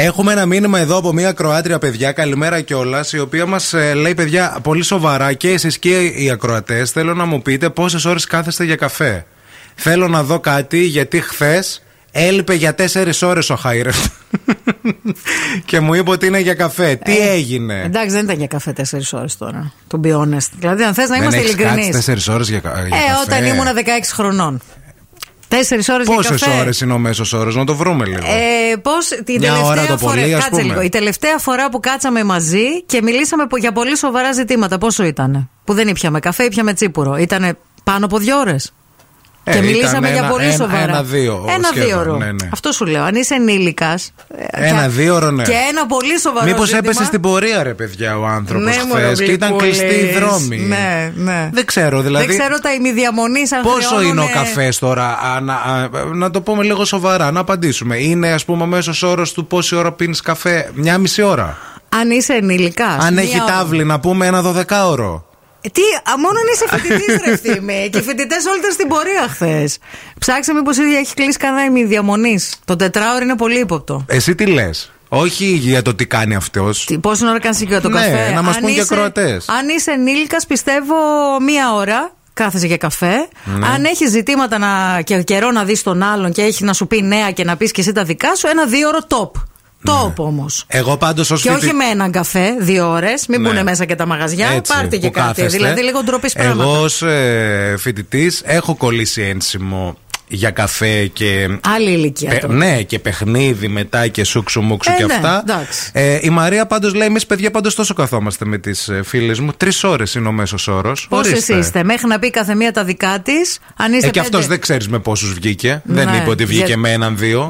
Έχουμε ένα μήνυμα εδώ από μια Κροάτρια παιδιά, καλημέρα κιόλας, η οποία μας ε, λέει: Παιδιά, πολύ σοβαρά και εσείς και οι ακροατές, θέλω να μου πείτε πόσες ώρες κάθεστε για καφέ. Θέλω να δω κάτι, γιατί χθες έλειπε για 4 ώρες ο Χάιρεφ. και μου είπε ότι είναι για καφέ. Τι έγινε. Ε, Εντάξει, δεν ήταν για καφέ 4 ώρες τώρα. Το be honest. Δηλαδή, αν θες να είμαστε ειλικρινεί. Δεν 4 ώρες για, κα- για Ε, καφέ. όταν ήμουν 16 χρονών. 4 ώρες για καφέ. Πόσε ώρες είναι ο μέσος όρος, να το βρούμε λίγο. Ε, πώς, την Μια τελευταία ώρα το φορά, πολύ, ας κάτσε πούμε. λίγο. Η τελευταία φορά που κάτσαμε μαζί και μιλήσαμε πο- για πολύ σοβαρά ζητήματα, πόσο ήταν. Που δεν ήπιαμε καφέ, ήπιαμε τσίπουρο. Ήταν πάνω από δύο ώρες. Ε, και ήταν μιλήσαμε για ένα- πολύ ένα- σοβαρά. ένα-δύο Ένα σχεδόν, δύο ώρο. ναι, ναι. Αυτό σου λέω. Αν είσαι ενήλικας. Ένα δύο ώρο, ναι. Και ένα πολύ σοβαρό Μήπως ζήτημα. έπεσε στην πορεία, ρε παιδιά, ο άνθρωπος Ναι, χθε μωρό, και ήταν γλυκούλης. κλειστοί οι δρόμοι. Ναι, ναι. Δεν ξέρω, δηλαδή. Δεν ξέρω τα ημιδιαμονής αν Πόσο είναι ο χρεώνουνε- καφές τώρα, α, να, α, να το πούμε λίγο σοβαρά, να απαντήσουμε. Είναι, ας πούμε, ο μέσος όρος του πόση ώρα πίνεις καφέ, μια μισή ώρα. Αν είσαι ενήλικας. Ε, Αν έχει τάβλη, να πούμε ένα δωδεκάωρο. Τι, α, μόνο αν είσαι φοιτητής, ρε Θήμη. Και οι φοιτητές όλοι ήταν στην πορεία χθες. Ψάξε μήπως έχει κλείσει κανένα ημιδιαμονής. Το τετράωρο είναι πολύ ύποπτο. Εσύ τι λες. Όχι για το τι κάνει αυτός. Τι- Πόση ώρα κάνεις και το Ναι, καφέ. να μας Αν πούν και είσαι- ακροατές. Αν είσαι ενήλικας, πιστεύω μία ώρα κάθεσαι για καφέ. Ναι. Αν έχεις ζητήματα να, και καιρό να δεις τον άλλον και έχει να σου πει νέα και να πεις και εσύ τα δικά σου, ένα δύο ώρο top. Ναι. Top όμως. Εγώ πάντως ως Και όχι με έναν καφέ, δύο ώρες. Μην Ναι. πούνε μέσα και τα μαγαζιά. Έτσι, πάρτε και που κάτι. κάθεστε. Δηλαδή λίγο ντροπής πράγματα. Εγώ ως ε, φοιτητής έχω κολλήσει ένσημο για καφέ και. Άλλη ηλικία. Πε- τώρα. ναι, και παιχνίδι μετά και σούξου μουξου Ε, και ναι, αυτά. εντάξει. Ε, η Μαρία πάντως λέει: Εμείς παιδιά πάντως τόσο καθόμαστε με τις φίλες μου. Τρεις ώρες είναι ο μέσος όρος. Πώς εσείς είστε, μέχρι να πει κάθε μία τα δικά της. Αν είστε Ε, και αυτό πέντε- δεν ξέρεις με πόσους βγήκε. δεν Ναι, είπε ότι βγήκε για- με έναν-δύο.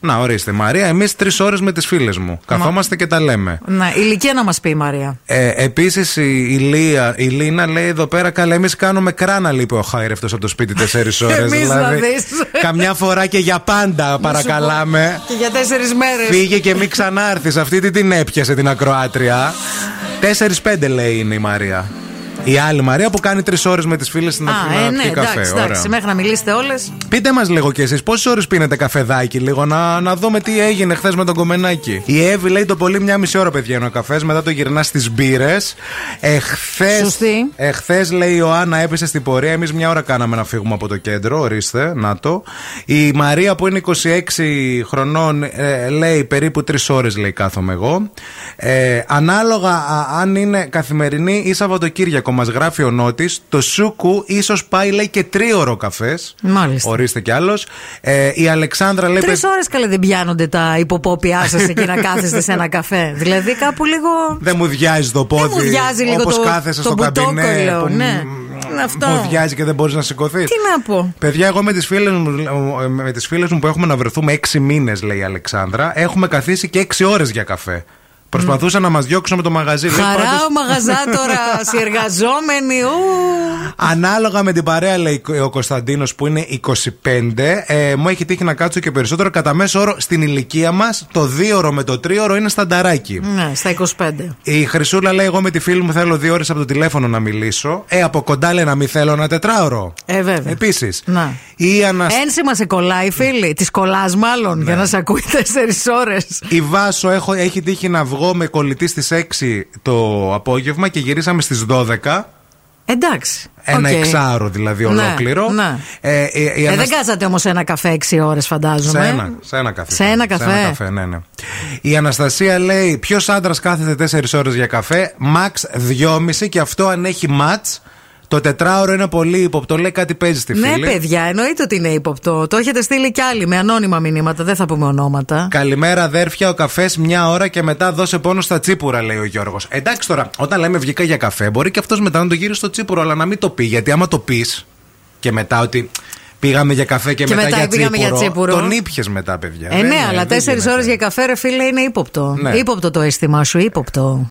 Να, ορίστε. Μαρία, εμείς τρεις ώρες με τις φίλες μου. Καθόμαστε και τα λέμε. Ναι, ηλικία να μας πει η Μαρία. Ε, Επίσης η, η, Λία- η Λίνα λέει εδώ πέρα, καλά, εμείς κάνουμε κράνα, λείπει ο Χάιρευτο από το σπίτι 4 ώρε. Εμείς να δεις. καμιά φορά και για πάντα, παρακαλάμε. Και για τέσσερις μέρες. Φύγε και μην ξανάρθεις. Αυτή τι την έπιασε την ακροάτρια. 4-5 λέει είναι η Μαρία. Η άλλη Μαρία που κάνει 3 ώρες με τις φίλες να, Α, να ε, πιει ναι, καφέ. εντάξει, Ωραία. εντάξει, μέχρι να μιλήσετε όλες. Πείτε μας λίγο κι εσείς, πόσες ώρες πίνετε καφεδάκι, λίγο να, να δούμε τι έγινε χθες με τον κομμενάκι. Η Εύη λέει το πολύ μια μισή ώρα πηγαίνει ο καφές, μετά το γυρνά στις μπύρες. Εχθές. Σωστή. Εχθές λέει η Ιωάννα έπεσε στην πορεία. Εμείς μια ώρα κάναμε να φύγουμε από το κέντρο, ορίστε, να το. Η Μαρία που είναι 26 χρονών ε, λέει περίπου 3 ώρες λέει κάθομαι εγώ. Ε, ανάλογα α, αν είναι καθημερινή ή Σαββατοκύριακο, μας γράφει ο Νότης, το σούκου ίσως πάει λέει και τρίωρο καφές. Μάλιστα. Ορίστε κι άλλος. Ε, η Αλεξάνδρα λέει. Τρεις «Παι- ώρες καλέ δεν πιάνονται τα υποπόπια σας εκεί να κάθεστε σε ένα καφέ. Δηλαδή κάπου λίγο. Δεν μου διάζει το πόδι. μου διάζει λίγο όπως το- κάθεσαι το στο καμπινέ. μπουτόκολλο, που μ- ναι. Αυτό. Μου διάζει και δεν μπορείς να σηκωθείς. Τι να πω. Παιδιά, εγώ με τις φίλες μου, ε, με τις φίλες μου που έχουμε να βρεθούμε 6 μήνες, λέει η Αλεξάνδρα, έχουμε καθίσει και 6 ώρες για καφέ. Προσπαθούσα να μας διώξουν με το μαγαζί. Λέει, Χαρά Δηλαδή, πάντως, ο μαγαζάτορα, οι εργαζόμενοι. ου. Ανάλογα με την παρέα, λέει ο Κωνσταντίνος που είναι 25, ε, μου έχει τύχει να κάτσω και περισσότερο. Κατά μέσο όρο στην ηλικία μας, το 2ωρο με το 3ωρο είναι στανταράκι. Ναι, στα 25. Η Χρυσούλα λέει: Εγώ με τη φίλη μου θέλω δύο ώρες από το τηλέφωνο να μιλήσω. Ε, από κοντά λέει να μην θέλω ένα τετράωρο. Ε, βέβαια. Επίσης. Να. Ε. Η, Ανασ... Ένσημα σε Ναι. κολλάει, φίλοι. Της κολλάς, μάλλον, για να σε ακούει τέσσερις ώρες. η Βάσο έχω, έχει τύχει να βγω με κολλητή στις 6 το απόγευμα και γυρίσαμε στις 12. Εντάξει. Ένα οκ. εξάωρο δηλαδή Ναι, ολόκληρο. ναι. Ε, η- η Ε, Ανασ- δεν κάτσατε όμως ένα καφέ 6 ώρες, φαντάζομαι. Σε ένα, σε ένα καφέ. Σε ένα καφέ. ναι, ναι. Η Αναστασία λέει: Ποιος άντρας κάθεται 4 ώρες για καφέ, μαξ 2,5 και αυτό αν έχει ματ. Το τετράωρο είναι πολύ ύποπτο. Λέει κάτι παίζει στη φίλη. Ναι, παιδιά, εννοείται ότι είναι ύποπτο. Το έχετε στείλει κι άλλοι με ανώνυμα μηνύματα, δεν θα πούμε ονόματα. Καλημέρα, αδέρφια. Ο καφές μια ώρα και μετά δώσε πόνο στα τσίπουρα, λέει ο Γιώργος. Εντάξει τώρα, όταν λέμε βγήκα για καφέ, μπορεί και αυτός μετά να το γύρει στο τσίπουρο, αλλά να μην το πει. Γιατί άμα το πεις και μετά ότι πήγαμε για καφέ και, Και μετά για, πήγαμε τσίπουρο, για τσίπουρο. Τον ήπιες μετά, παιδιά. Ε, Δεν ναι, είναι- αλλά δεν τέσσερι γίνεται. ώρες για καφέ, ρε φίλε, είναι ύποπτο. Ναι. Ύποπτο το αίσθημά σου, ύποπτο.